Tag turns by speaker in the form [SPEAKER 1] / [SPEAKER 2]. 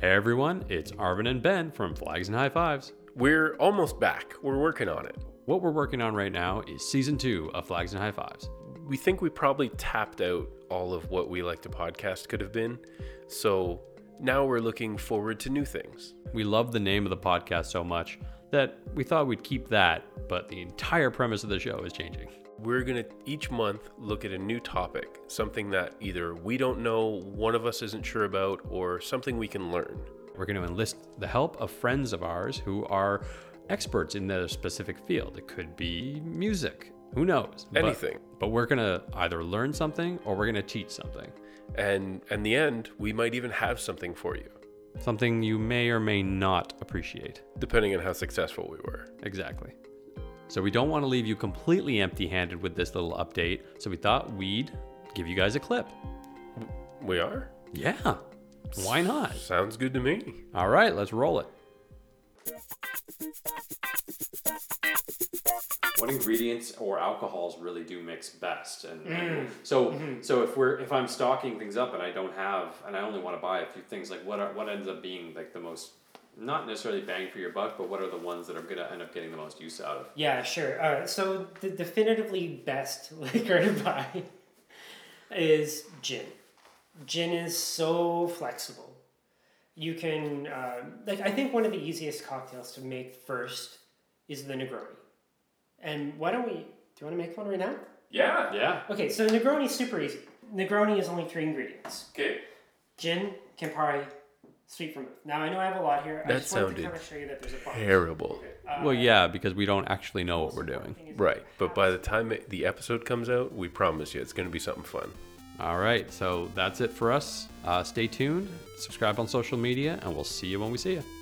[SPEAKER 1] Hey everyone, it's Arvin and Ben from Flags and High Fives.
[SPEAKER 2] We're almost back. We're working on it.
[SPEAKER 1] What we're working on right now is season two of Flags and High Fives.
[SPEAKER 2] We think we probably tapped out all of what we like to podcast could have been. So now we're looking forward to new things.
[SPEAKER 1] We love the name of the podcast so much that we thought we'd keep that, but the entire premise of the show is changing.
[SPEAKER 2] We're going to each month look at a new topic, something that either we don't know, one of us isn't sure about, or something we can learn.
[SPEAKER 1] We're going to enlist the help of friends of ours who are experts in their specific field. It could be music, who knows? But-
[SPEAKER 2] Anything.
[SPEAKER 1] But, we're going to either learn something or we're going to teach something.
[SPEAKER 2] And in the end, we might even have something for you,
[SPEAKER 1] Something you may or may not appreciate.
[SPEAKER 2] depending on how successful we were.
[SPEAKER 1] Exactly. So we don't want to leave you completely empty handed with this little update. So we thought we'd give you guys a clip.
[SPEAKER 2] We are?
[SPEAKER 1] Yeah. Why not?
[SPEAKER 2] Sounds good to me.
[SPEAKER 1] All right, let's roll it. What ingredients or alcohols really do mix best? And so, so if we're if I'm stocking things up and I don't have and I only want to buy a few things, like what are, what ends up being like the most not necessarily bang for your buck, but what are the ones that I'm gonna end up getting the most use out of?
[SPEAKER 3] Yeah, sure. All right. So the definitively best liquor to buy is gin. Gin is so flexible. You can um, like I think one of the easiest cocktails to make first is the Negroni. And why don't we? Do you want to make one right now?
[SPEAKER 2] Yeah.
[SPEAKER 1] Yeah.
[SPEAKER 3] Okay, so Negroni is super easy. Negroni is only three ingredients:
[SPEAKER 2] Okay.
[SPEAKER 3] gin, Campari, sweet vermouth. Now I know I have a lot here. I
[SPEAKER 2] That
[SPEAKER 3] just wanted
[SPEAKER 2] sounded
[SPEAKER 3] to kind of show you that there's a bunch.
[SPEAKER 2] Terrible.
[SPEAKER 1] Well, yeah, because we don't actually know what we're doing.
[SPEAKER 2] Right. But by the time it, the episode comes out, we promise you it's going to be something fun.
[SPEAKER 1] All right, so that's it for us. Uh, stay tuned, subscribe on social media, and we'll see you when we see you.